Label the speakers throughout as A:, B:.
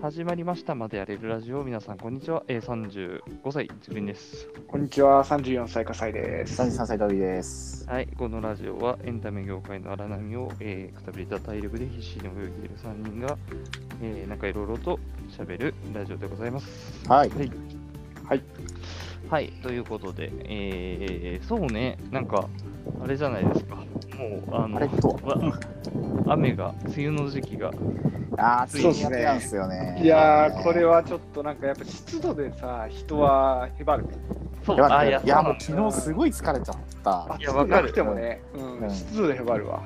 A: 始まりましたまでやれるラジオ皆さんこんにちは、えー、35歳自分です
B: こんにちは、34歳火災です。
C: 33歳ダビです。
A: はいこのラジオはエンタメ業界の荒波を、えーくたびれた体力で必死に泳いでいる3人が、えーなんかいろいろと喋るラジオでございます
C: はい
A: はい、
B: はい
A: はいということで、えーそうねなんかあれじゃないですかもうあの
C: あれと
A: わ雨が梅雨の時期が
C: ああ、
A: そう
C: つい
A: っ
C: に
A: す
C: やってたんですよね。
B: いや
C: ね
B: ー、これ。はちょっとなんかやっぱ湿度でさ、人はへばるね。
A: そうあ
C: やばかった
A: い
C: い
A: や
C: や
A: そうな
C: も
A: ん
C: う昨日すごい疲れちゃった。
A: いやわかる
B: 暑くなくてもね、う、
C: うんん
B: 湿度でへばるわ。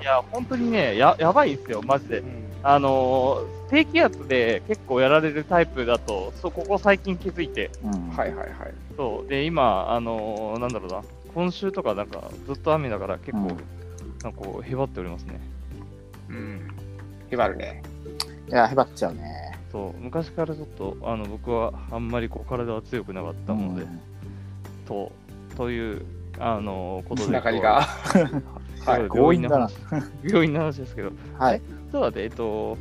A: いや本当にねややばいですよマジであのー低気圧で結構やられるタイプだと、そうここ最近気づいて、
C: うん
B: はいはいはい。
A: そうで今、あのーなんだろうな、今週とかなんかずっと雨だから結構、
C: うん
A: なんかこう、へばっておりますね。
B: うん。へばるね。
C: いや、へばっちゃうね。
A: そう昔からちょっとあの僕はあんまりこう体は強くなかったもので、
C: うん
A: とという、あのーことで、
B: 中かりが。
A: こう
B: は
A: そう
B: い。
A: 病
C: 強
A: 院
C: 引
A: の
C: だな
A: 話病院の話ですけど、
C: はい。
A: そうだって、えっと、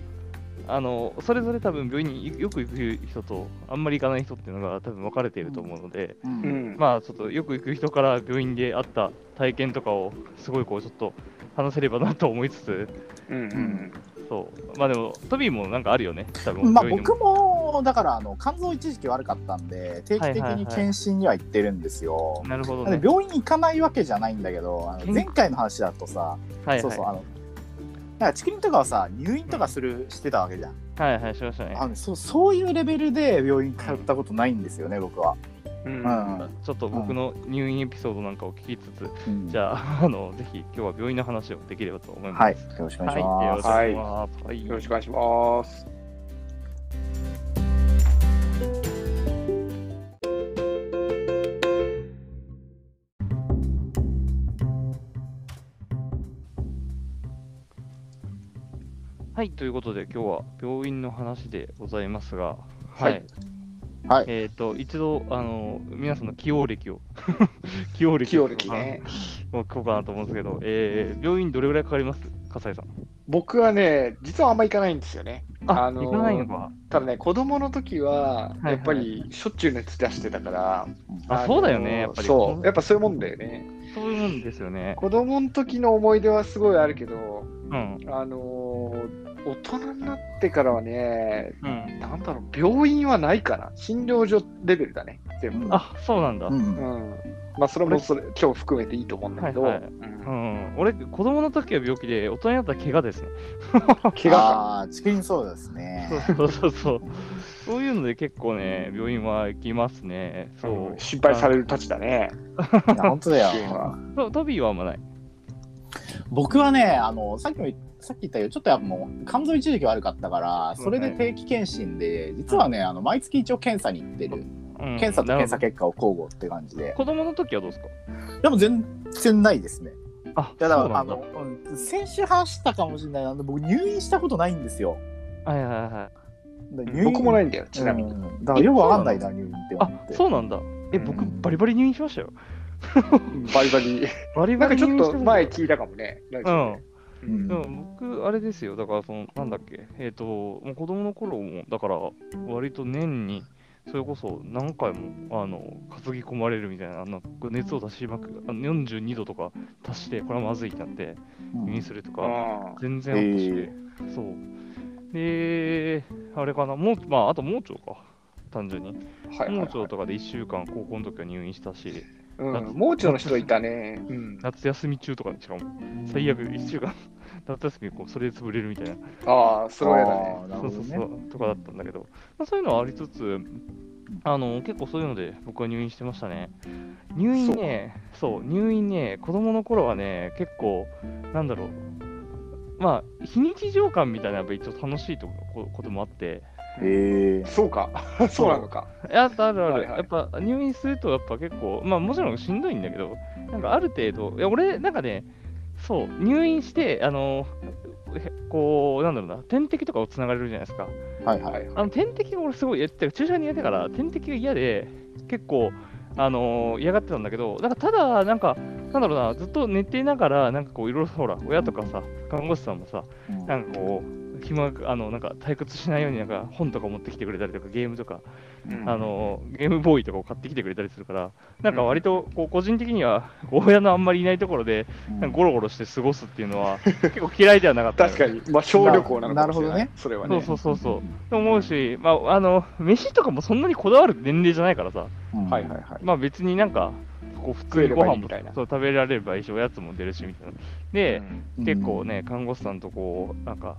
A: あのそれぞれ多分病院によく行く人と、あんまり行かない人っていうのが多分分かれていると思うので。
C: う。
B: うんん。
A: まあちょっとよく行く人から病院であった体験とかをすごいこうちょっと話せればなと思いつつ
B: うんうん
A: そうまあでもトビーもなんかあるよね多分
C: まあ
A: 病院で
C: 僕もだからあの肝臓一時期悪かったんで定期的
A: はいはいはい
C: に検診には行ってるんですよ。
A: なるほど
C: なん
A: ね
C: で病院行かないわけじゃないんだけどあ
A: う
C: の
A: ん
C: 前回の話だとさ、
A: はい
C: そう
A: はい
C: そうあのなんかチキリンとかはさ入院とかするしてたわけじゃん。
A: はいはいしましたね
C: あのそうそういうレベルで病院通ったことないんですよね僕は。
B: うん。うん
C: うん
A: ちょっと僕の入院エピソードなんかを聞きつつ、
C: うん
A: じゃあ、あの、ぜひ今日は病院の話をできればと思います。
C: はい、よろしくお願いし
A: はい、よろ
C: ま
A: し
C: す。
A: くお願いします。はい、
B: よろしくお願いします。
A: はい、ということで今日は病院の話でございますが、
B: はい
C: はい
A: えっ、と、一度、あの、皆さんの起用歴を、 起用歴
B: 清力ね。
A: もうこうかなと思うんですけど、えー、病院どれぐらいかかります笠井さん。
B: 僕はね、実はあんま行かないんですよね。
A: あ、
B: あのー
A: 行かないのか。
B: ただね、子供の時は、
A: はい
B: やっぱりしょっちゅう熱出してたから。
A: あ
B: のー
A: そうだよねやっぱり
B: そう。やっぱそういうもんだよね。
A: そういうもんですよね。
B: 子供の時の思い出はすごいあるけど、
A: うん。
B: あのー大人になってからはね、
A: うん。
B: なんだろう、病院はないかな、診療所レベルだね、全部。
C: うん
A: あ、そうなんだ。う。
C: う
B: う
C: ん
B: んんまあ、それもそれ今日含めていいと思うんだけど、
A: はいはい
B: うん
A: 俺、子供の時は病気で、大人になったら怪我ですね。
B: 怪我か。
C: ああ、チキンそうで すね。
A: そうそうそう。そういうので結構ね、病院は行きますね。そう
B: う。ん心配されるたちだね、
C: いや本当だ
B: 自分
C: よ。
B: は
A: そうトビーはあんまない。
C: 僕はね、あのさっきも言さっき言ったけど、ちょっとやっぱもう肝臓一時期悪かったから、それで定期検診で、実はね、あの毎月一応検査に行ってる。
A: うん
C: 検査と検査
A: なる
C: 結果を交互って感じで
A: ほど。子供の時はどうですか
C: でも全然ないですね。
A: あ、
C: いやだか
A: そう
C: ら
A: な
C: あ
A: んだ。
C: の、うん先週話したかもしれないあの僕入院したことないんですよ。
A: はいはいはい。
C: だから入院
B: 僕もないんだよ、ちなみに。
C: うんだからよくわかんないな入院って思
A: あ
C: っ、て。
A: そうなんだ。え、
B: うん
A: 僕、バリバリ入院しましたよ。
B: バリバリ。
A: バリ
B: な
A: バ
B: んか
A: リ
B: ち
A: 入院
B: ょっ
A: して
B: と
A: た
B: 前聞いたかもね、ラジオで
C: う
A: で
C: ん
A: も僕、あれですよ、だから、その、なんだっけ、えっ、と、もう子供の頃も、だから、割と年に、それこそ何回も、あの、担ぎ込まれるみたいな、あの熱を出しまく、あの42度とか足して、これはまずいってなって、入院すると
B: う
A: か、
B: ん
A: 全然あったし、
C: え
A: そう。で、あれかな、もう、まあ、あと盲腸か、単純に。
B: はい
A: 盲
B: はい
A: 腸
B: は
A: とかで1週間、高校の時は入院したし、
B: いうん盲腸の人いたね。うん
A: 夏休み中とか、しかも、最悪1週間、 夏休み、こう、それで潰れるみたいな。
B: ああ、それはやだね。
C: あーな
A: そ
C: るほ
A: う
C: ど
A: そう
C: ね
A: そう、とかだったんだけど、まあ、そういうのはありつつ、あの結構そういうので僕は入院してましたね。入院ね、そう入院ね、子供の頃はね、結構、なんだろう、まあ、非日常感みたいなやっぱ一応楽しいとこここともあって、
C: ええ
B: そうか、そうなのか。
A: いやあるある、
B: はいはい
A: やっぱ入院すると、やっぱ結構、まあもちろんしんどいんだけど、なんかある程度、いや俺、なんかね、そう、入院して、あの、へこう、なんだろうな、点滴とかをつながれるじゃないですか。
C: はいはい。
B: はい
A: あの点滴が俺すごい、えってか注射が苦手だから、点滴が嫌で、結構、あのー嫌がってたんだけど、なんかただ、なんか、なんだろうな、ずっと寝ていながら、なんかこう、いろいろほら、親とかさ、看護師さんもさ、
C: うん
A: なんかこう、暇、あの、なんか退屈しないように、なんか本とか持ってきてくれたりとか、ゲームとか、あの、ゲームボーイとかを買ってきてくれたりするから、なんか割と、こう、個人的には、こう親のあんまりいないところで、なんかゴロゴロして過ごすっていうのは、結構嫌いではなかったよ。
B: 確かに、まあ、小旅行なのかもしれ
C: なるほど
B: ない
C: ね。
B: それは
A: そう
B: ね。
A: そうそうそう。と思うし、まあ、あの、飯とかもそんなにこだわる年齢じゃないからさ、
C: うん
B: はいはいはい。
A: まあ別になんか、こう普通にご
B: 食えれば
A: 飯
B: いい
A: も
B: みたいな
A: そう食べられればいいし、おやつも出るしみたいな。で、結構ね、看護師さんとこう、なんか、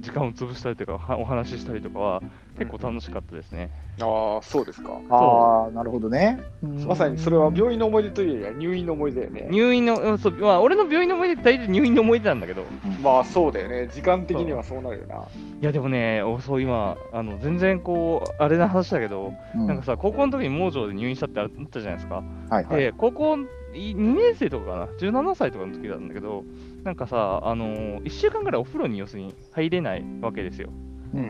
A: 時間を潰したりとか、はお話ししたりとかは、結構楽しかったですね。
B: ああ、そうですか。
C: ああなるほどね
A: うん
B: まさにそれは病院の思い出というよりは入院の思い出だよね。
A: 入院の、うんそうまあ、俺の病院の思い出って大体入院の思い出なんだけど、い
B: まあそうだよね。時間的にはそうなるよな。
A: やでもね、おそう今、あの全然こう、あれな話だけど、
C: うん
A: なんかさ、高校の時に盲腸で入院したってあったじゃないですか。
C: はいはい
A: で、高校2年生とかかな、17歳とかの時なんだけど、なんかさ、あのー、1週間ぐらいお風呂に要するに入れないわけですよ。
C: う
B: うん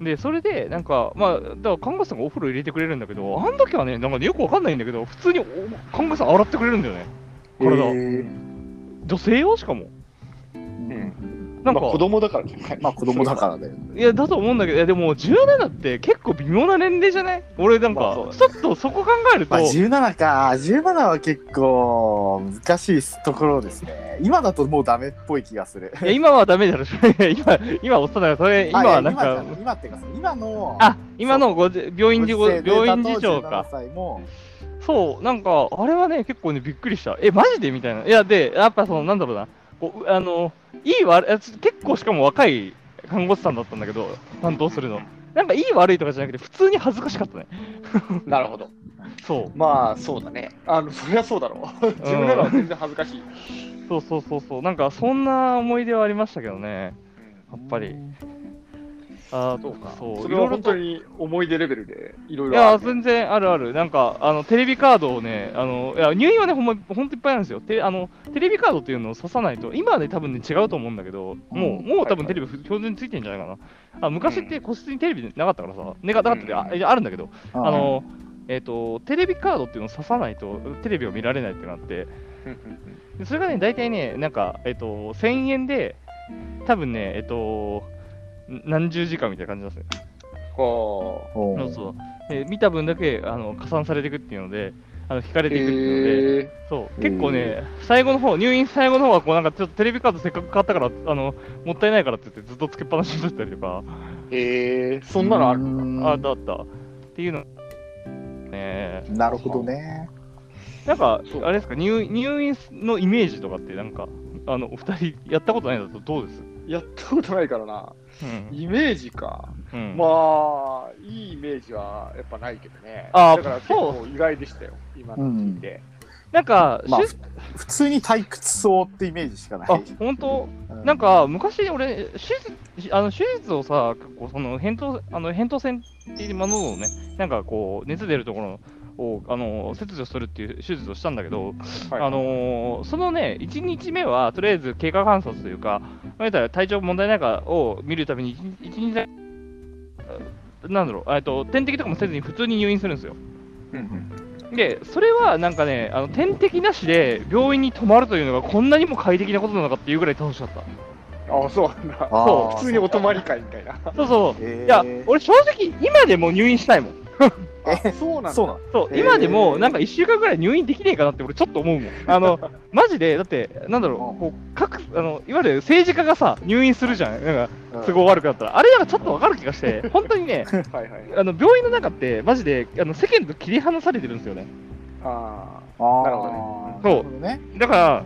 B: ん。
A: で、それで、なんか、まあ、だから看護師さんがお風呂入れてくれるんだけど、あの時はね、なんかね、よくわかんないんだけど、普通にお看護師さん洗ってくれるんだよね。体を、
C: え
A: 女性用しかも。
C: うん
A: なんか、
B: まあ子供だからじゃない。
C: まあ子供だからだよね
A: いや、だと思うんだけど、いや、でも17って結構微妙な年齢じゃない俺なんか、
B: まあそうだね
A: ちょっとそこ考えると、
C: まあ17か17は結構難しいところですね今だともうダメっぽい気がする
A: いや今はダメだろ、 それ今、今おっさんだから、それ、今
C: あいや
A: はなんか、
C: 今じゃ今っていうか今の
A: あ今のごじ病院事
C: ご時世で
A: 病院事情
C: だと
A: か
C: 17。歳も
A: そう、なんか、あれはね、結構ね、びっくりした。え、マジでみたいな。いや、で、やっぱその、なんだろうな、こうあの、いい悪い、あち結構しかも若い看護師さんだったんだけど、担当するの。なんか、いい悪いとかじゃなくて、普通に恥ずかしかったね。
B: なるほど。
A: そう、
B: まあそうだね。あの、そりゃそうだろう。自分ならは全然恥ずかしい。
A: そうそうそうそう。なんか、そんな思い出はありましたけどね、やっぱり。あー
B: そうか。
A: そう、
B: そ
A: い
B: れ
A: ろ
B: はい
A: ろ
B: 本
A: と
B: 当。に思い出レベルでいろい
A: い
B: ろあ
A: や
B: るね。
A: 全然あるある、なんかあのテレビカードをね、あのいや入院はね、ほんま、ほんといっぱいなんですよテレあの、テレビカードっていうのを刺さないと、今はね、多分ね、違うと思うんだけど、も
C: う
A: う、
C: ん
A: もう多分
B: は
A: テレ
B: い
A: ビ、標準についてんじゃないかな。あ昔っ
B: う
A: て個室にテレビなかったからさ、ね、なかったって、あ
B: うん
A: いやあるんだけど、
C: うん
A: あの、えっ、と、テレビカードっていうのを刺さないと、テレビを見られないってなって、
B: うんうん
A: でそれがね、大体ね、なんか、えっ、と、1000円で、多分ね、えっ、と、何十時間みたいな感じなんですよ。
B: うんはあ
C: おう
A: そうそう。で見た分だけあの加算されていくっていうので、あの引かれていくっていうので、
B: へえ
A: そう
C: へー
A: 結構ね、最後の方入院最後の方はこうなんかちょっとテレビカードせっかく買ったからあのもったいないからって言ってずっとつけっぱなしになったりとか、
B: へえそんなのある
C: う
B: のか。
C: ん
A: ああったあったっていうの。ねえ
C: なるほどね
A: なんか
B: そう
A: あれですか入入院のイメージとかってなんかあのお二人やったことないのだとどうです？
B: やったことないからな。
A: うん
B: イメージか。
A: うん
B: まあ、いいイメージはやっぱないけどね。
A: あー
B: だから結構意外でしたよ、今の聞いて。
A: なんか、
C: まあ
A: しゅ
C: ふ普通に退屈そうってイメージしかない
A: あ本当
C: うん
A: なんか昔俺手術あの手術をさ結構その扁桃あの扁桃腺っていうものをねなんかこう熱出るところをあの切除するっていう手術をしたんだけど、
B: はい
A: あのーそのね1日目はとりあえず経過観察というかまあ言ったら体調問題ないかを見るために1日一日なんだろうえっと点滴とかもせずに普通に入院するんですよ。で、それはなんかね、あの点滴なしで病院に泊まるというのがこんなにも快適なことなのかっていうぐらい楽しかった。
B: あそうなんだ。
C: あー
A: そう
B: 普通にお泊まり会みたいな。
A: そうそう、
C: へー
A: いや、俺、正直、今でも入院したいもん。
B: あそうなん
C: そう
B: だ。
C: なの
A: そう、
C: へー
A: 今でも、なんか1週間ぐらい入院できねえかなって、俺、ちょっと思うもん。あの、 マジで、だって、なんだろう、こう、各、あの、いわゆる政治家がさ、入院するじゃん。なんか、
C: うん
A: 都合悪くなったら。あれ、なんかちょっとわかる気がして、本当にね、
B: はいはい。
A: あの、病院の中って、マジで、あの、世間と切り離されてるんですよね。
B: あ
C: あー
B: なるほどね
C: なるほどね
A: だから、
B: ー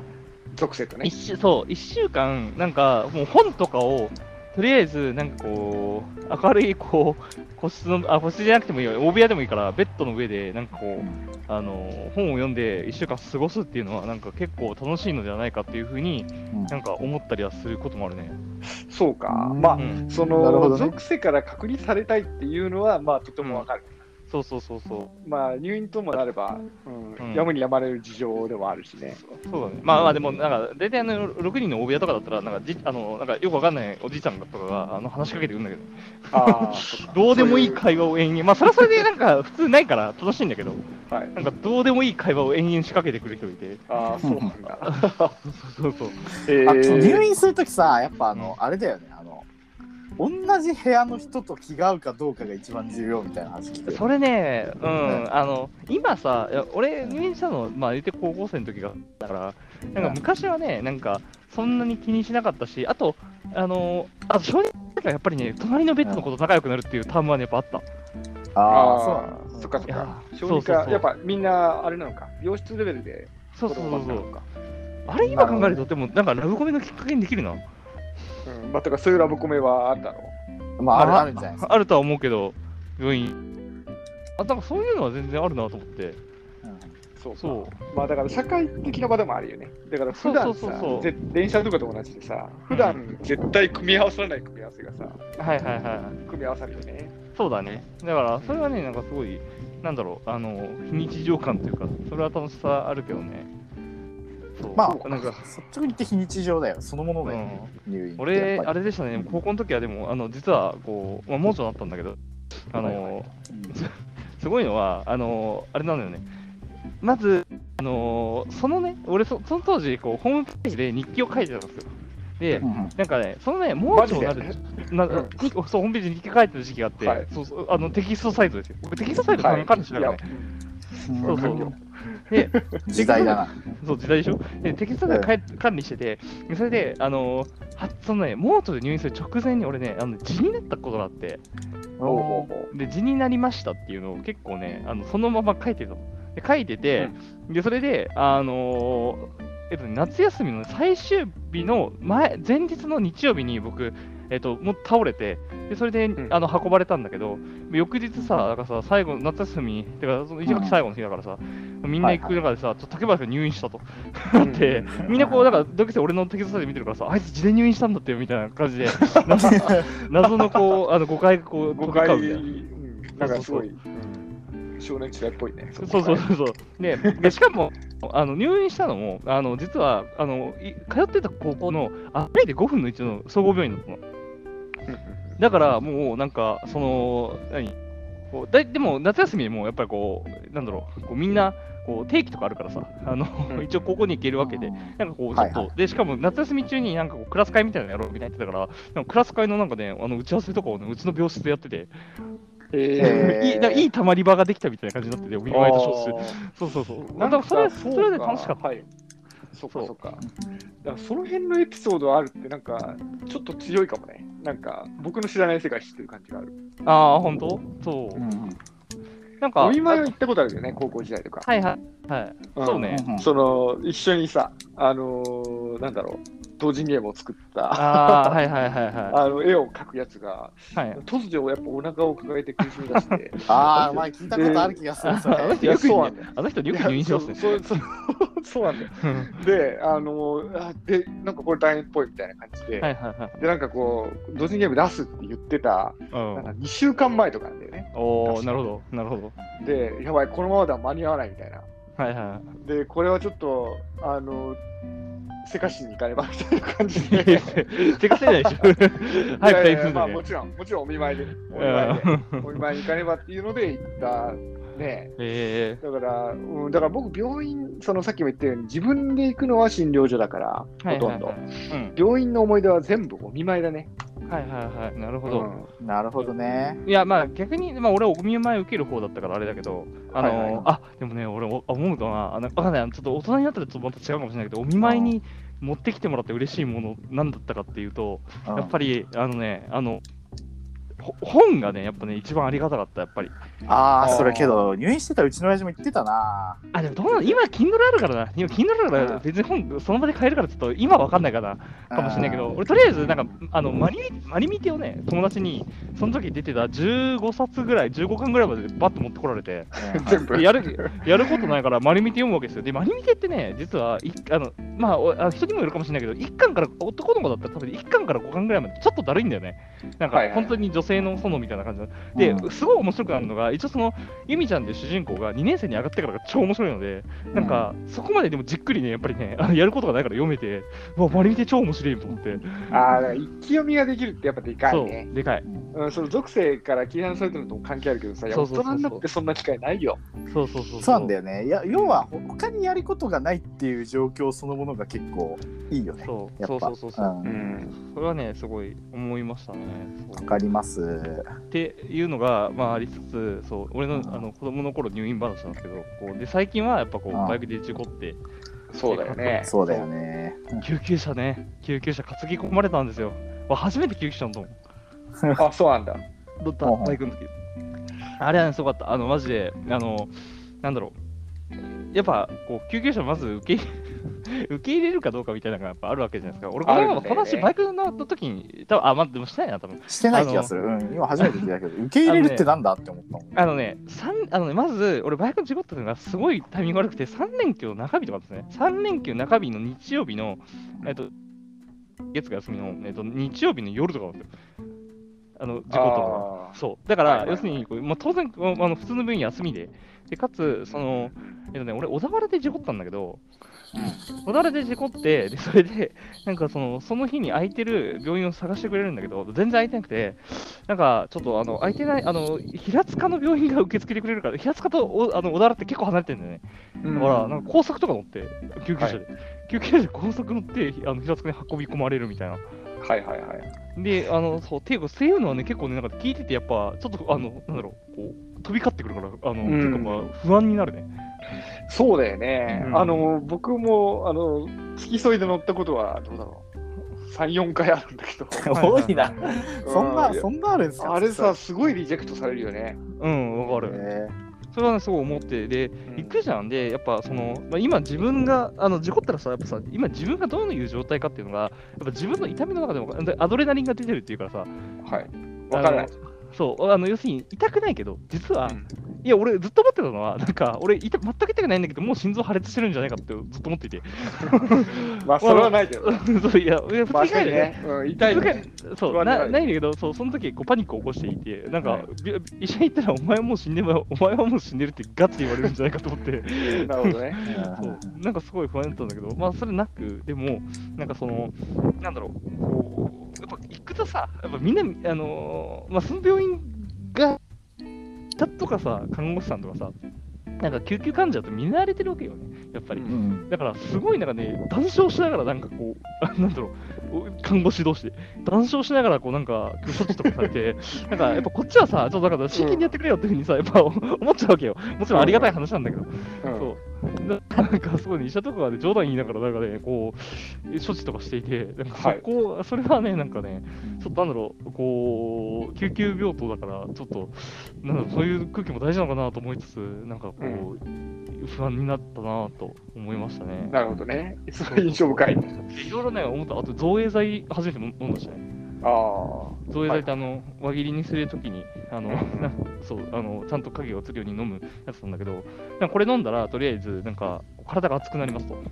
B: 属性とね
A: 一。週そう一週間なんかもう本とかをとりあえずなんかこう明るいこう個室のあ個室じゃなくてもいいよ大部屋でもいいからベッドの上でなんかこうあの本を読んで一週間過ごすっていうのはなんか結構楽しいのではないかっていうふうに
C: うん
A: なんか思ったりはすることもあるね。
B: そうか。
C: うん
B: ま
A: うん
B: あ、そ
C: なるほ
B: の
C: どね
B: 属性から隔離されたいっていうのは、まあ、とてもわかる。
A: そうそうそうそう。
B: まあ入院ともなれば、うん
A: うん
B: やむにやまれる事情でもあるしね。
A: そうだね。まあまあでも、なんか、大体あの、6人の大部屋とかだったら、なんかじ、あの、なんか、よくわかんないおじいちゃんとかが、あの、話しかけてくるんだけど、
B: ああ、そっか
A: どうでもいい会話を延々、まあ、それはそれでなんか、普通ないから楽しいんだけど、
B: はい。
A: なんか、どうでもいい会話を延々仕掛けてくる人いて、
B: ああ、そうなんだ。
A: そうそうそう。
B: え
C: あと入
B: ー、
C: 院するときさやっぱあの、あれだよねあの同じ部屋の人と気が合うかどうかが一番重要みたいな話聞くよ
A: それね、う
C: うん
A: ん、あの、今さ、いや俺入院したの、まあ言って高校生の時が、だから、なんか昔はね、なんか、そんなに気にしなかったし、あと、あの、あと、正直やっぱりね、隣のベッドのこと仲良くなるっていうタームはね、やっぱあった。い
C: ああそう
B: ああ、そっかそっか
A: や。
B: 小
A: そう
B: 児
A: そう
B: 科
A: そ、う
B: やっぱみんなあれなのか、病室レベルで
A: そうそうそうそう。
B: か。
A: あれ今考えると、でも、なんかラブコメのきっかけにできるな。
B: うん、まあ、とかそういうラブコメはあるだろ
C: まあある
A: あ
C: あるんじゃないですか
A: あるとは思うけど、病院。あ、なんかそういうのは全然あるなと思って。
B: う。そうか
A: そ
B: まあだから社会的な場でもあるよね。だから普段さ、
A: そうそうそうそう
B: ぜ電車とかと同じでさ、普段絶対組み合わさない組み合わせがさ、
A: う。はいはいはい。
B: 組み合わさるよね。
A: そうだね。だから、それはね、なんかすごい、なんだろう、あの、非日常感というか、それは楽しさあるけどね。そう。
C: まあ
A: なんか、
C: 率直に言って非日常だよそのものだよね、入院って
A: 俺
C: や、っぱ
A: あ
C: り
A: れでしたね、高校の時はでも、あの、実は、こう、まあ、盲腸だったんだけど、あの、
C: はいは
A: すごいのは、あの、あれなのよね。まず、あの、そのね、俺そ、その当時、こう、ホームページで日記を書いてたんですよ。で、
C: うんうん
A: なんかね、そのね、盲腸にな
B: マジ
A: る、 な
B: うん
A: に そう、ホームページに日記書いてる時期があって、
B: はい
A: そうそうあのテキストサイトですよ。僕テキストサイトから彼氏だからね。
C: うん
A: そうそ
B: わかる
A: う
B: よ。
A: で、
C: 時代だな
A: そう、時代でしょで、テキストサイトから管理してて、それで、あのーはそのね、モートで入院する直前に俺ね、あの地になったことがあって、
B: おうおうおう
A: で、地になりましたっていうのを結構ね、あのそのまま書いてたの。で、書いてて、で、それで、あのーえっとね、夏休みの最終日の前前日の日曜日に僕、えっと、もう倒れて、でそれで、
B: ん
A: あの運ばれたんだけど、翌日さ、だからさ最後、夏休み、てか、その一学期最後の日だからさ、みんな行く中でさ、ちょっと竹林が入院したと。
B: うん
A: って、みんなこう、なんか、同級生俺のテキストサイト見てるからさ、あいつ自然入院したんだってよみたいな感じで、謎謎のこう、あの誤解がこう、
B: 誤
A: 飛び
B: 解、
A: 交うみたいな
B: うんなんかすごい、うん少年時代っぽいね。
A: そうそうそうそう。で、でしかも、あの入院したのも、あの実はあのい通ってた高校の歩いて5分の1の総合病院だったの。だから、もうなんか、その、何こうだいでも夏休みもやっぱりこう、なんだろう、こうみんなこう定期とかあるからさ、あの
B: うん
A: 一応ここに行けるわけで、なんかこう、ちょ
C: はい
A: っと、
C: はい
A: で、しかも夏休み中になんかこうクラス会みたいなのやろうみたいな言ってたから、なんかクラス会のなんかね、あの打ち合わせとかをね、うちの病室でやってて、
B: え
C: へー
A: いいなんかいいたまり場ができたみたいな感じになってて、お見
B: ー
A: 舞いと称すそうそうそう。ま
B: な
A: あ
B: ん
A: だ
B: か
A: からそれ、
B: そ
A: そうれで楽しかった。
B: はい。そっかそっか。だからその辺のエピソードあるって、なんか、ちょっと強いかもね。なんか、僕の知らない世界知ってる感じがある。
A: ああ、本当そうう。
C: んうん
A: なんか、
B: お
A: はい
B: 見舞いは行ったことあるよね、高校時代とか。
A: はいはい。
B: ん
A: そうね。
C: うんうん
B: その、一緒にさ、あのー、なんだろう、同人ゲームを作った、
A: ああ、はいはいはいは
B: あの、絵を描くやつが、
A: い。はい、
B: 突如やっぱお腹を抱えて苦しみ出して、
C: ああ前聞いたことある気がするそ れ
A: あの人
B: いや
A: よく
B: そうな
A: 入
B: んだよ
A: 院、あの人 よく入院しますね。
B: そうそうそう そうなんだよ。
A: うん
B: で、あのーあで、なんかこれ大変っぽいみたいな感じで、
A: はいはいはい。
B: で、なんかこう、同人ゲーム出すって言ってた、
A: う
B: なんか
A: ん、
B: 2週間前とかなんだよね。
A: おおなるほど、なるほど。
B: で、やばい、このままでは間に合わないみたいな。
A: はいは
B: で、これはちょっと、あのー、せかしに行かねばみたいな感じ
A: い。
B: で。
A: せかせないで しょ。はい、
B: いやいや
A: 大
B: いやまあ、
A: 変
B: も
A: ですね。
B: ちろん、もちろんお見舞いで、お見舞いで、
A: うん
B: お見舞いに行かねばっていうので行った、ね。
A: え
B: だから、うん、だから僕、病院、そのさっきも言ったように、自分で行くのは診療所だから、
A: えはい
B: ほと
A: はい
B: ん
A: は
B: ど
A: い。。うん
B: 病院の思い出は全部お見舞いだね。
A: はいはいはい。なるほ
B: う
A: ど。
B: ん
C: なるほどね
A: いや、まあ逆に、まあ俺はお見舞い受ける方だったからあれだけど、あのー
B: はいはい
A: あ、でもね、俺おあ思うかな、あのわかんない、ちょっと大人になったらちょっとまた違うかもしれないけど、お見舞いに持ってきてもらって嬉しいものなんだったかっていうと、やっぱり、あのね、あの、ほ本がね、やっぱね、一番ありがたかった、やっぱり。
C: りああそれけど入院してたうちの親父も言ってたな
A: あ、でもどうなの今、Kindle あるからな。今、Kindle あるから、別に本、その場で買えるから、ちょっと今わかんないかな。かもしれないけど、俺とりあえずなんかあのマリマリミテをね、友達に、その時出てた15冊ぐらい、15巻ぐらいまでバッと持ってこられて、
B: 全部。
A: やるやることないから丸見て読むわけですよ。で、丸見てってね、実はいあの、まあおあ、人にもよるかもしれないけど、1巻から、男の子だったら多分1巻から5巻ぐらいまでちょっとだるいんだよね。なん
B: は
A: か
B: いは、い
A: 本当に女性の園みたいな感じな
C: う
A: で
C: ん、
A: すごい面白くなるのが、一応その、ゆみちゃんっていう主人公が2年生に上がってからが超面白いので、なんか、そこまででもじっくりね、やっぱりね、あのやることがないから読めて、うわ、丸見て超面白いと思って。
B: ああ、だから一気読みができるってやっぱでかいね。
A: そう、でかい。
B: うん、その属性から切り離されてるのとも関係あるけどさ、いや
A: そ
B: 大
A: うそうそうそう
B: 人になってそんな機会ないよ。
A: そうそうそう。
C: そうなんだよねいや要は他にやることがないっていう状況そのものが結構いいよね
A: そう
C: や
A: そ
C: っ
A: う
C: ぱ
A: そうそうそう。
C: ん
B: ん。
A: それはね、すごい思いましたね。そう
C: わかります
A: っていうのが、まあ、ありつつ、そう俺のあの子供の頃入院話なんですけど、こうで最近はやっぱこう
C: ああ
A: バイクで事故って、
B: そうだよね。
C: そうだよね
A: 救急車ね、救急車担ぎ込まれたんですよ。わ初めて救急車のと思
B: あ、そうなんだ。
A: う。だ
C: ほ
A: っ
C: うほう
A: た、バイクの時あれはね、すごかった。あの、マジで、あの、なんだろう。やっぱこう救急車まず受け入れ 受け入れるかどうかみたいなのがやっぱあるわけじゃないですか。俺、こ
B: ある
A: の
B: んだよ
A: まま
B: ね
A: 正しいバイクの時に、多分あ、まあ、でもしてないな、多分
C: してない気がする、うん、今初めて聞いたけど受け入れるってなんだって思ったもん、
A: あのね、三あのねまず、俺、バイクの事故ったのがすごいタイミング悪くて、3連休の中日とかですね、3連休中日の日曜日の、えっと、月が休みの、えっと、日曜日の夜とかなんですよ。あの、事故ったの
B: あ
A: が。そう。だから、
B: はいはいはい
A: 要するにこう、まあ、当然、こうあの普通の分休みで、で、かつ、その、えっとね、俺、小田原で事故ったんだけど、小田原で事故って、でそれで、なんかそのその日に空いてる病院を探してくれるんだけど、全然空いてなくて、なんかちょっとあの空いてない、あの平塚の病院が受け付けてくれるから、平塚とおあの小田原って結構離れてるんだよね。
B: うん
A: だから、なんか高速とか乗って、救急車で、救急車で高速乗ってあの平塚に運び込まれるみたいな。
B: はいはいはい。
A: で、あのそう、ていうか、そういうのはね、結構ね、なんか聞いてて、やっぱ、ちょっと、あの、なんだろう、こう飛び交ってくるから、あの、
B: うん
A: 結構まあ、不安になるね。
B: そうだよね。
A: うん
B: あの、僕も、あの、付き添いで乗ったことは、どうだろう。3、4回あるんだけど。
C: 多いなそん
B: う
C: な、
B: いや
C: そんなあるんですか
B: あれさ、、すごいリジェクトされるよね。
A: うん、わかる。
C: え
A: それはね、すごい思って、で、
B: うん
A: 行くじゃんで、やっぱその、まあ、今自分が、あの事故ったらさ、やっぱさ、今自分がどういう状態かっていうのが、やっぱ自分の痛みの中でも、でアドレナリンが出てるっていうからさ、
B: はい。わからない。
A: そう、あの要するに痛くないけど、実は、
B: うん
A: いや、俺ずっと思ってたのは、なんか、俺痛、全く痛くないんだけど、もう心臓破裂してるんじゃないかってずっと思っていて、
B: まあ、それはないけど。
A: そういや、いや普
B: まあ、
A: 通に考
B: 痛
A: え
B: い
A: るね。
B: ね。うん痛い
A: 普通
B: ね。
A: に考えそう
B: 不安にな
A: な
B: る
A: ないんだけど、そうその時こうパニックを起こしていて、なんか、
B: はい
A: び医者に行ったら、お前はもう死んでま、お前はもう死んでるってガッて言われるんじゃないかと 思って、
B: なるほどね。
A: そうなんかすごい不安だったんだけど、まあそれなく、でも、なんかその、なんだろう、こうやっぱ行くとさ、やっぱみんな、あのーまあ、その病院が、だとかさ、看護師さんとかさ、なんか救急患者と見慣れてるわけよね、やっぱり。
B: う
C: うん、
A: だからすごいなんかね、談笑しながら、なんかこう、 あなんだろう、看護師同士で、談笑しながら、こうなんか、処置とかされ て、なんかやっぱこっちはさ、ちょっとなんか真剣にやってくれよっていうふうにさ、やっぱ思っちゃうわけよ。もちろんありがたい話なんだけど。
B: うん
A: そうななんかすごい、ね、医者とかはね冗談言いながらなんかねこうえ処置とかしていてなんかそ
B: はい
A: こ、それはねなんかねちょっとなんだろうこう救急病棟だからちょっとなんだろうそういう空気も大事なのかなと思いつつなんかこう、不安になったなと思いましたね
B: なるほどね。す ごい印象深い。
A: でいろいろね思ったあと造影剤初めて飲んだしね
B: ああ。
A: 造影剤ってあの、輪切りにするときにあの、
B: うんうん
A: なそうあのちゃんと影が映るように飲むやつなんだけどなんかこれ飲んだらとりあえずなんか体が熱くなりますと。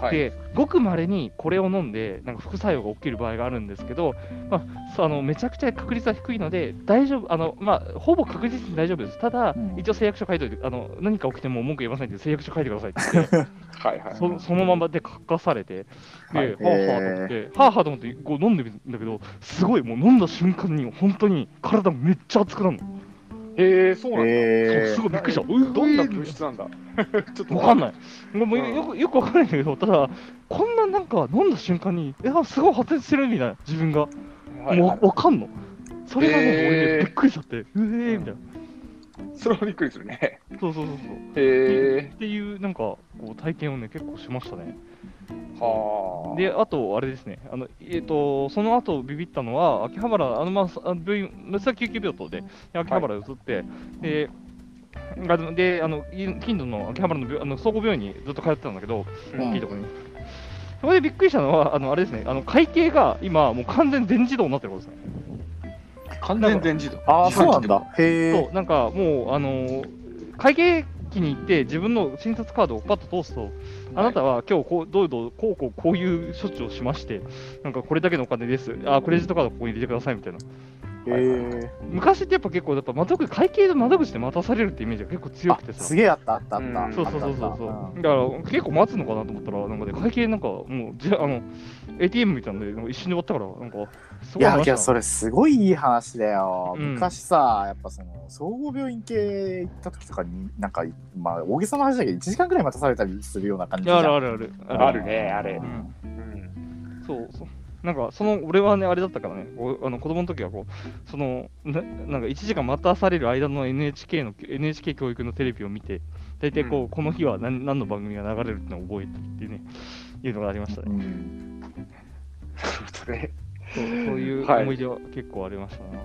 B: はい。
A: で、ごくまれにこれを飲んで、なんか副作用が起きる場合があるんですけど、まあ、そうあのめちゃくちゃ確率は低いので、大丈夫あの、まあ、ほぼ確実に大丈夫です、ただ、
C: うん
A: 一応誓約書書いておいてあの、何か起きても文句言いませんって誓約書書いてくださいって言って、
B: はいはい。
A: そそのままで書かされて、で、
B: は
A: はいあはあと思って、はあはあと思ってこう飲んでみるんだけど、すごい、もう飲んだ瞬間に、本当に体めっちゃ熱くなるの、
B: へえ、そうなんだ。
A: そう
C: え
A: すごいびっくりした、う
B: どんな
A: えー
B: 物質なんだ ちょっと
A: わかん
B: い。
A: ない。もうもう
B: うん
A: よくよくわかんないんだけど、ただ、こんななんか飲んだ瞬間に、いや、すごい発熱してるみたいな、自分が。
B: はい
A: もうわかんの。それがもう俺
B: へー
A: ね、びっくりしちゃって、うえーみたいな。
B: それはびっくりするね。
A: そうそうそうそう。
B: へえ。
A: っていう、なんか、こう、体験をね、結構しましたね。
B: はあ。
A: で、あと、あれですね、あの、えっ、と、その後ビビったのは、秋葉原、あの、まあそ、あの病院、それは救急病棟で、で秋葉原移って、で、あので、あの、い近所の秋葉原の病あの総合病院にずっと通ってたんだけど、
B: うん
A: 大きいとこに。そこでびっくりしたのは、あのあれですね、あの会計が今、もう完全全自動になってることですね。
D: 完全全自動。
C: ああ、そうなんだ。へ
A: そ
C: え
A: う。なんかもう、あのー会計機に行って、自分の診察カードをパッと通すと、あなたは今日こうどうどうこうこうこういう処置をしまして、なんかこれだけのお金です、あクレジットカードここに入れてくださいみたいな。
C: へえ。
A: 昔ってやっぱ結構、やっぱ窓口会計の窓口で待たされるってイメージが結構強
C: あ
A: くて、さ。
C: すげえあったあったあっ
B: うん
C: た。
A: そうそうそうそうそ
C: あったあっ
A: う。だから結構待つのかなと思ったら、なんかね、会計なんかもう、じゃあの、ATM みたいなんで、なんか一瞬で終わったから、なんか、す
C: た
A: ごい
C: いや
A: 話
C: いや
A: だ
C: それすごいいい話だよ、
A: うん
C: 昔さやっぱその総合病院系行った時とかになんかまあ大げさな話だけど1時間ぐらい待たされたりするような感じじ
A: な。
C: ゃ
A: あ
C: ん
A: るあるある。
B: あるねあれ
A: う
C: うん
A: ん
B: うん
A: そうそう。なんか、その、俺はね、あれだったからね、こうあの子供の時はこう、その、ななんか1時間待たされる間の NHK の、NHK 教育のテレビを見て、大体こう、この日は何何の番組が流れるってのを覚えてっていうね、いうのがありましたね。
C: うん
B: それ
A: そうそういう
B: はい
A: 思い出は結構ありましたな。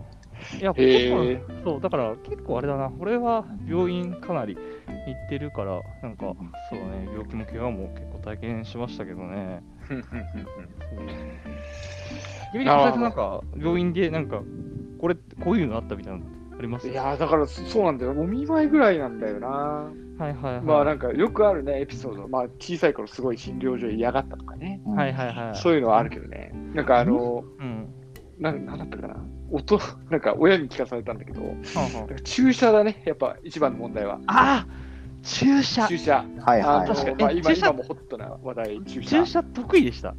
A: い、や、
B: へ
A: 結
B: ー
A: 構、そう、だから結構あれだな、俺は病院かなり行ってるから、なんか、そうだね、病気も怪我も結構体験しましたけどね。
B: うんうんうん
A: 君に
B: なるほど
A: さんなんか、病院でなんか、これ、こういうのあったみたいなのありま
B: う
A: す
B: んいやーだからそうなんだよお見舞いぐらいなんだよな
A: はいはいはい。
B: まあなんかよくあるねエピソードまあ小さい頃すごい診療所嫌がったとかね
A: はいはいはい。
B: そういうのはあるけどねなんかあの
A: うん。
B: ななんだったかな音なんか親に聞かされたんだけど
A: はんはん
B: なんか注射だねやっぱ一番の問題は
A: ああ注射
B: 注射
C: はい
B: あ
C: は
B: の
A: 確かに
B: まあ、
A: え
B: 今
A: 注射
B: 今もホットな話題、注射。
A: 注射得意でした。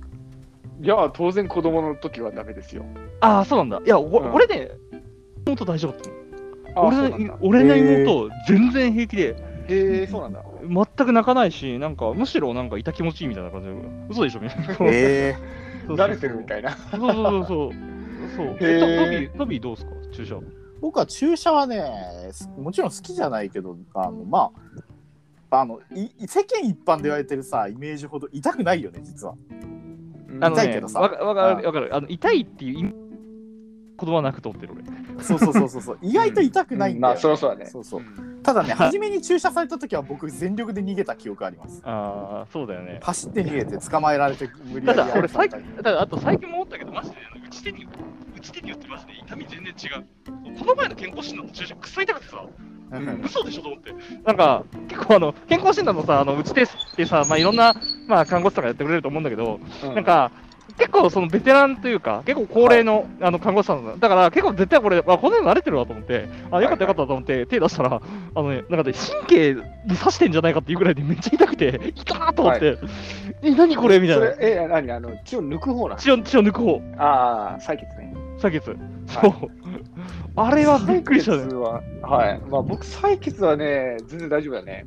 B: いや、当然子供の時はダメですよ。
A: ああ、そうなんだ。いや、お
B: うん
A: 俺ね、妹大丈夫だったの
B: あ
A: 俺
B: そう
A: の
B: なんだ。
A: 俺の
C: へー
A: 妹、全然平気で、
B: へえ、そうなんだ。
A: 全く泣かないし、なんか、むしろなんか、痛気持ちいいみたいな感じで、嘘でしょみたいな。
C: いえ
B: 慣れてるみた
A: い
B: いな。
A: な。そうそうそうそう。そうえ
B: へー
A: トトビー、トビーどうですか注射。
C: ー、僕は注射はねすもちろん好きじゃないけどあのまああのい世間一般で言われてるさイメージほど痛くないよね実は
A: あの
C: 痛
A: ね
C: いけどさ
A: わかわかる、わかる。あの、痛いっていう意味言葉なくとってる俺。
C: そうそうそうそうそう意外と痛くないん
B: ま
C: だよ、
B: あ、そりゃそうだね。
C: そうそう
B: うん
C: ただね初めに注射された時は僕全力で逃げた記憶あります
A: ああ、そうだよね。
C: 走って逃げて捕まえられて無理や
A: た
C: り
A: だ、俺最近、ただ、あと最近も思ったけど、マジで、打ち手に、打ち手によってマジで痛み全然違う。この前の健康診断の注射、くそ痛くてさ。
C: うん
A: 嘘でしょと思って、なんか、結構あの、健康診断のさ、あの、打ち手ってさ、まあ、いろんな、まあ、看護師とかやってくれると思うんだけど、なん、か、結構そのベテランというか、結構高齢の,、あの看護師さんだだから、結構絶対これ、あこの世慣れてるわと思って、あよかったよかったと思って、手出したら、あのね、なんかね、神経に刺してんじゃないかっていうぐらいでめっちゃ痛くて、痛ーと思って、え、何これみたい
B: そ
A: な
B: れ。、え、何あの、血を抜く方な
A: 血を血を抜く方、
B: のああ、採血ね。
A: 採血。そう。あれはびっくりした
B: 採
A: ね
B: 血。は、はい。まあ、僕、採血はね、全然大丈夫だね。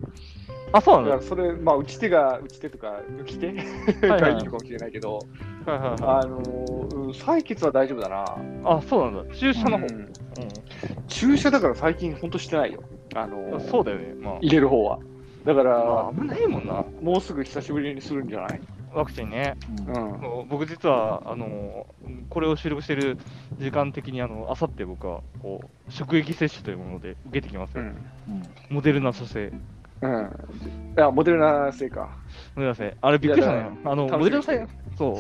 A: あ、 そう
B: だか
A: な
B: ら、それ、まあ、打ち手が、打ち手とか、抜き手
A: いはい
B: がいいのかもしれないけど、
A: の、はいはいはい
B: あのー、うん採血は大丈夫だな。
A: あ、そうなんだ。注射の方。
B: うん
A: うん
B: 注射だから最近、ほんとしてないよ。あのー、
A: そうだよね、まあ。
B: 入れる方は。だから、
A: まあ、危ないもんな、
B: もうすぐ久しぶりにするんじゃない
A: ワクチンね。
B: う
A: あ
B: ん。
A: の僕、実はあのこれを収録している時間的にあの明後日僕はこう職域接種というもので受けてきます
B: う
A: よ、
B: ん。
A: モデルナ蘇生、
B: うん。いや、モデルナ製か。
A: モデルナ製、あれびっくりした
B: いや
A: ね
B: だ、
A: あのモ
B: 楽
A: デ
B: し
A: ル
B: み
A: ナ
B: にして
A: 製
B: る、
A: そう、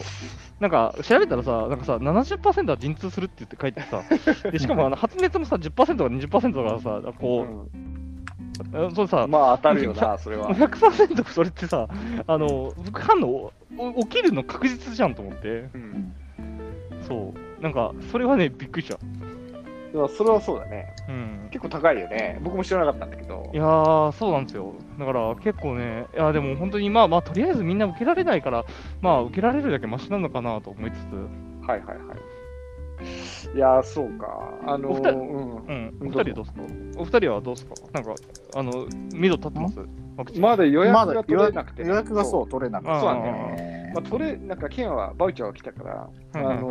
A: なんか調べたらさ、なんかさ、70%は陣痛するって言って書いてさ、 でしかもあの発熱もさ、10%か20%だからさ、こ
B: う
A: う、あそれさ
B: ん、、まあ、当たるよな、そ れは。
A: 100%それってさ、あの副反応お起きるの確実じゃんと思って。
B: うん。
A: そう。なんか、それはね、びっくりした。
B: まあそれはそうだね。
A: うん。
B: 結構高いよね。僕も知らなかったんだけど
A: い。やー、そうなんですよ。だから、結構ね、いや、でも本当に、まあまあ、とりあえずみんな受けられないから、まあ、受けられるだけマシなのかなと思いつつ、
B: はいはいはい。いやー、そうか。あの
A: お二
B: ー、
A: 人
B: う
A: うん。お
B: どう
A: 二
B: ぞ
A: 人どうすかお二人はどうすかなんか、あの、目処立ってますワクチ
B: ん。
A: ン。
B: まだ予
C: ま
B: 約
C: だ
B: が
C: 予
B: 取れなく
C: 約
B: て。
C: 予約がそう取れなくて
A: うん
B: そうなんだよね。
C: ね
B: まあ、取れ、なんか、県は、バウチャーが来たから、
A: う
B: あ
A: んうんうん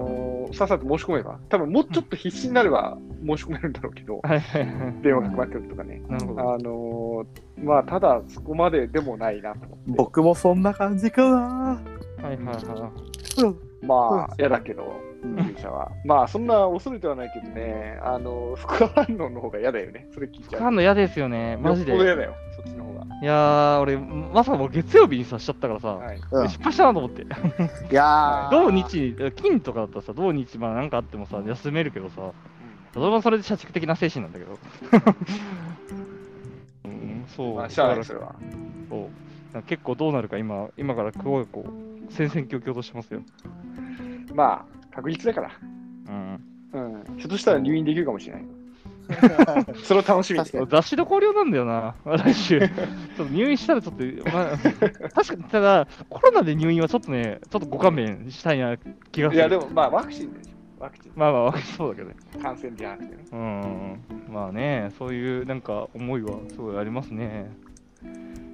B: のー、さっさと申し込めば、多分もうちょっと必死になれば申し込めるんだろうけど、
A: はいはい はい。
B: 電話がかかってくるとかね。
A: なるほど。
B: あのー、まあ、ただ、そこまででもないなと思って。
C: 僕もそんな感じかな
A: はいはいはい。
C: うん
B: まあ、嫌だけど、入社は。まあ、そんな恐れてはないけどね、あの、副反応の方が嫌だよね。それ聞いちゃ
A: か
B: う。
A: んの嫌ですよね、マジで。
B: よっぽど嫌
A: い
B: だよ、そっちの方が。
A: やー、俺、まさかもう月曜日にさ、しちゃったからさ、
B: はい。
C: うん
A: 失敗したなと思って。
C: いやー
A: 土日、金とかだったらさ、土日、まあなんかあってもさ、休めるけどさ、それもそれで社畜的な精神なんだけど。うん、そう。
B: まあ、しゃあない、
A: だか
B: それは。
A: らそうなんか結構どうなるか今、今からすごいこう、戦々恐々としてますよ。
B: まあ、確率だから。
A: うん。
B: うん。ひょっとしたら入院できるかもしれない。それを楽しみに。
C: 確か
A: 雑誌の考慮なんだよな、来 週。ちょっと入院したらちょっと、まあ、確かに、ただ、コロナで入院はちょっとね、ちょっとご勘弁したいな気がす
B: い
A: る。
B: や、でも、まあ、ワクチンでしょ。ワクチン。
A: まあまあ、わかりそうだけどね。
B: 感染じゃなくてね。
A: うん、まあね、そういうなんか思いはすごいありますね。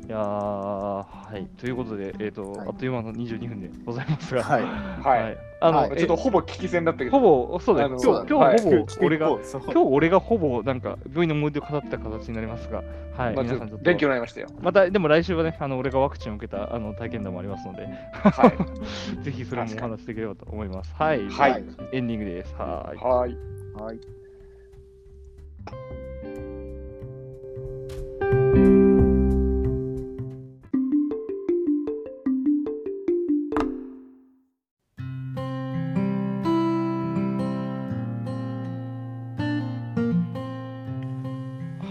A: いやー、はい。ということで、えっ、と、
C: はい
A: あっという間の22分でございますが、
C: はい
B: はい。
A: あの、
C: はい
B: ちょっとほぼ聞き戦だったけ
A: え
B: ど。
A: ほぼ、そうだよ、
B: あの
A: 今
C: そう
A: 日、
C: だ
A: 今
B: ね
A: 日ほぼ、俺が、
C: そうそう
A: 今日俺がほぼ、なんか、病院の思い出を語った形になりますが、はい。
B: まあ、ち
A: 皆
B: ょ
A: さ
B: っ
A: んちょ
B: と
A: っと、
B: 勉強になりましたよ。
A: また、でも来週はね、あの、俺がワクチンを受けた、あの、体験談もありますので、
B: は
A: ぜひそれもお
B: 確かに
A: 話しできればと思います。はい。
B: い。は
A: エンディングです。はーい
B: い。。はい。
C: はい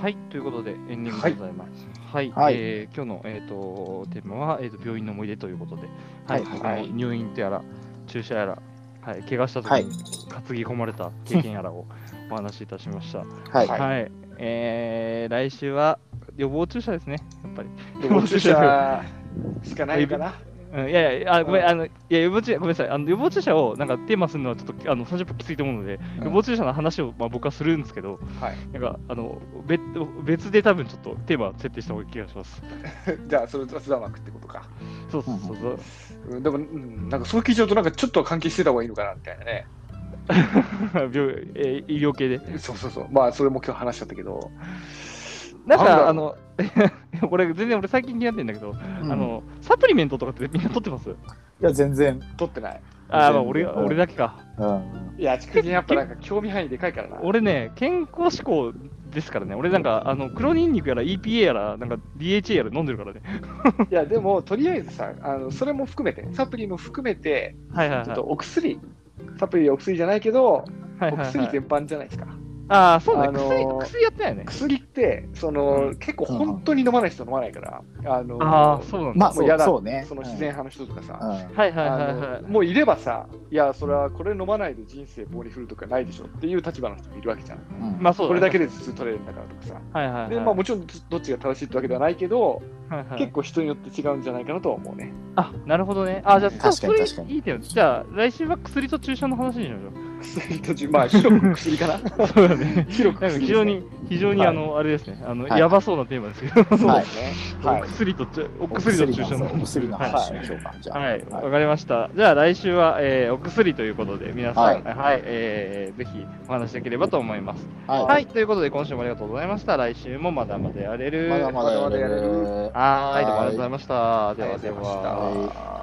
A: はい、ということでエンディングでございます。はい、
C: はい
A: えー今日の、えー、とテーマは、えー、と病院の思い出ということで、はい、
C: はい
A: 僕の入院やら、注射やら、はい、怪我した時に担ぎ込まれた経験やらを お話しいたしました。は
C: はい
A: い、えー来週は予防注射ですね、やっぱり。
B: でも注射しかないかな。
A: うん、いやいや、あごめん、
B: うん
A: あのいや予防注射、ごめんなさい、あの予防注射をなんかテーマするのはちょっとあの30分きついと思うので、
C: うん
A: 予防注射の話を、まあ、僕はするんですけど、
B: はい。
A: なんかあの別別で多分ちょっとテーマ設定した方がいい気がします。
B: じゃあ、それ雑談枠ってことか。
A: そうそうそうそう。
B: うん、でも、うん、なんかそう聞いちゃうと、なんかちょっとは関係してた方がいいのかなみたいなね。
A: 病えー医療系で。
B: そうそうそう。まあ、それも今日話しちゃったけど。
A: なん
B: なんだろ
A: か、
B: う
A: あの、 これ、全然俺、最近気になってんだけど、あ
C: うん
A: の、サプリメントとかってみんな取ってます
C: いや全然
B: 取ってない。
A: あー、まあ、
C: 全然
A: 俺が、
C: うん
A: 俺だけか。
C: うん
B: いや、ちくじんやっぱなんか興味範囲でかいからな。
A: 俺ね、健康志向ですからね、俺なんか、あの、黒ニンニクやら EPA やら、なんか DHA やら飲んでるからね。
B: いや、でも、とりあえずさ、あのそれも含めて、サプリも含めて、
A: はいはいはい。
B: ちょっとお薬、サプリはお薬じゃないけど、
A: はいはい
B: お
A: はい
B: 薬全般じゃないですか。
A: ああ、そうね、
B: あのー
A: 薬、薬やってないね。
B: 薬って、その、
A: うん
B: 結構本当に飲まない人飲まないから、あの
A: ああ、そうなんだ。
C: まあそ
B: もうや
C: う
B: だ
C: そうね
B: その自然派の人とかさ、
C: うん
A: はいはいはい
B: あ
A: は
B: の
A: い。
B: もういればさ、いや、それはこれ飲まないで人生棒に振るとかないでしょっていう立場の人もいるわけじゃん。
C: うん
A: まあそう
B: これだけ
A: で。
B: で頭痛取れるんだからとかさ。
A: はいはいはい。
B: で、まあもちろんどっちが正しいってわけではないけど、
A: はいはい
B: 結構人によって違うんじゃないかなとは思うね。
A: あ、なるほどね。あ、じゃあ、
C: 確かに
A: それ
C: 確かに
A: いい点。じゃあ、来週は薬と注射の話にしましょう。
B: 薬とじ、まあ広く薬 かな。
A: そうだね。
B: 広
A: なん
B: く薬です
A: か
B: ね
A: 非常。に、非常に
C: はい
A: あの、あれですね、あの、
C: はい
A: やばそうなテーマですけど、
B: そう
C: はい
B: です ね。
A: お
B: はい。
A: 薬とちゅ、お
C: お
A: 薬と
C: 薬
A: 注射の
C: のお薬の
A: はい
C: 話しましょうかじゃあ
A: はい、わ、かりました。じゃあ来週は、えーお薬ということで、皆さん、は、
C: はいい
A: えーぜひお話しできればと思います。はい、
C: はい
A: ということで今週もありがとうございました。来週もまだまだやれる。
C: まだまだ
B: まだま
C: やれ
B: だやれ
C: る
A: はーい、どうもあ
C: はい
A: りがとうございました。で
B: あ
A: は
B: りがと
A: で
B: うございました
A: は。
C: は
B: はい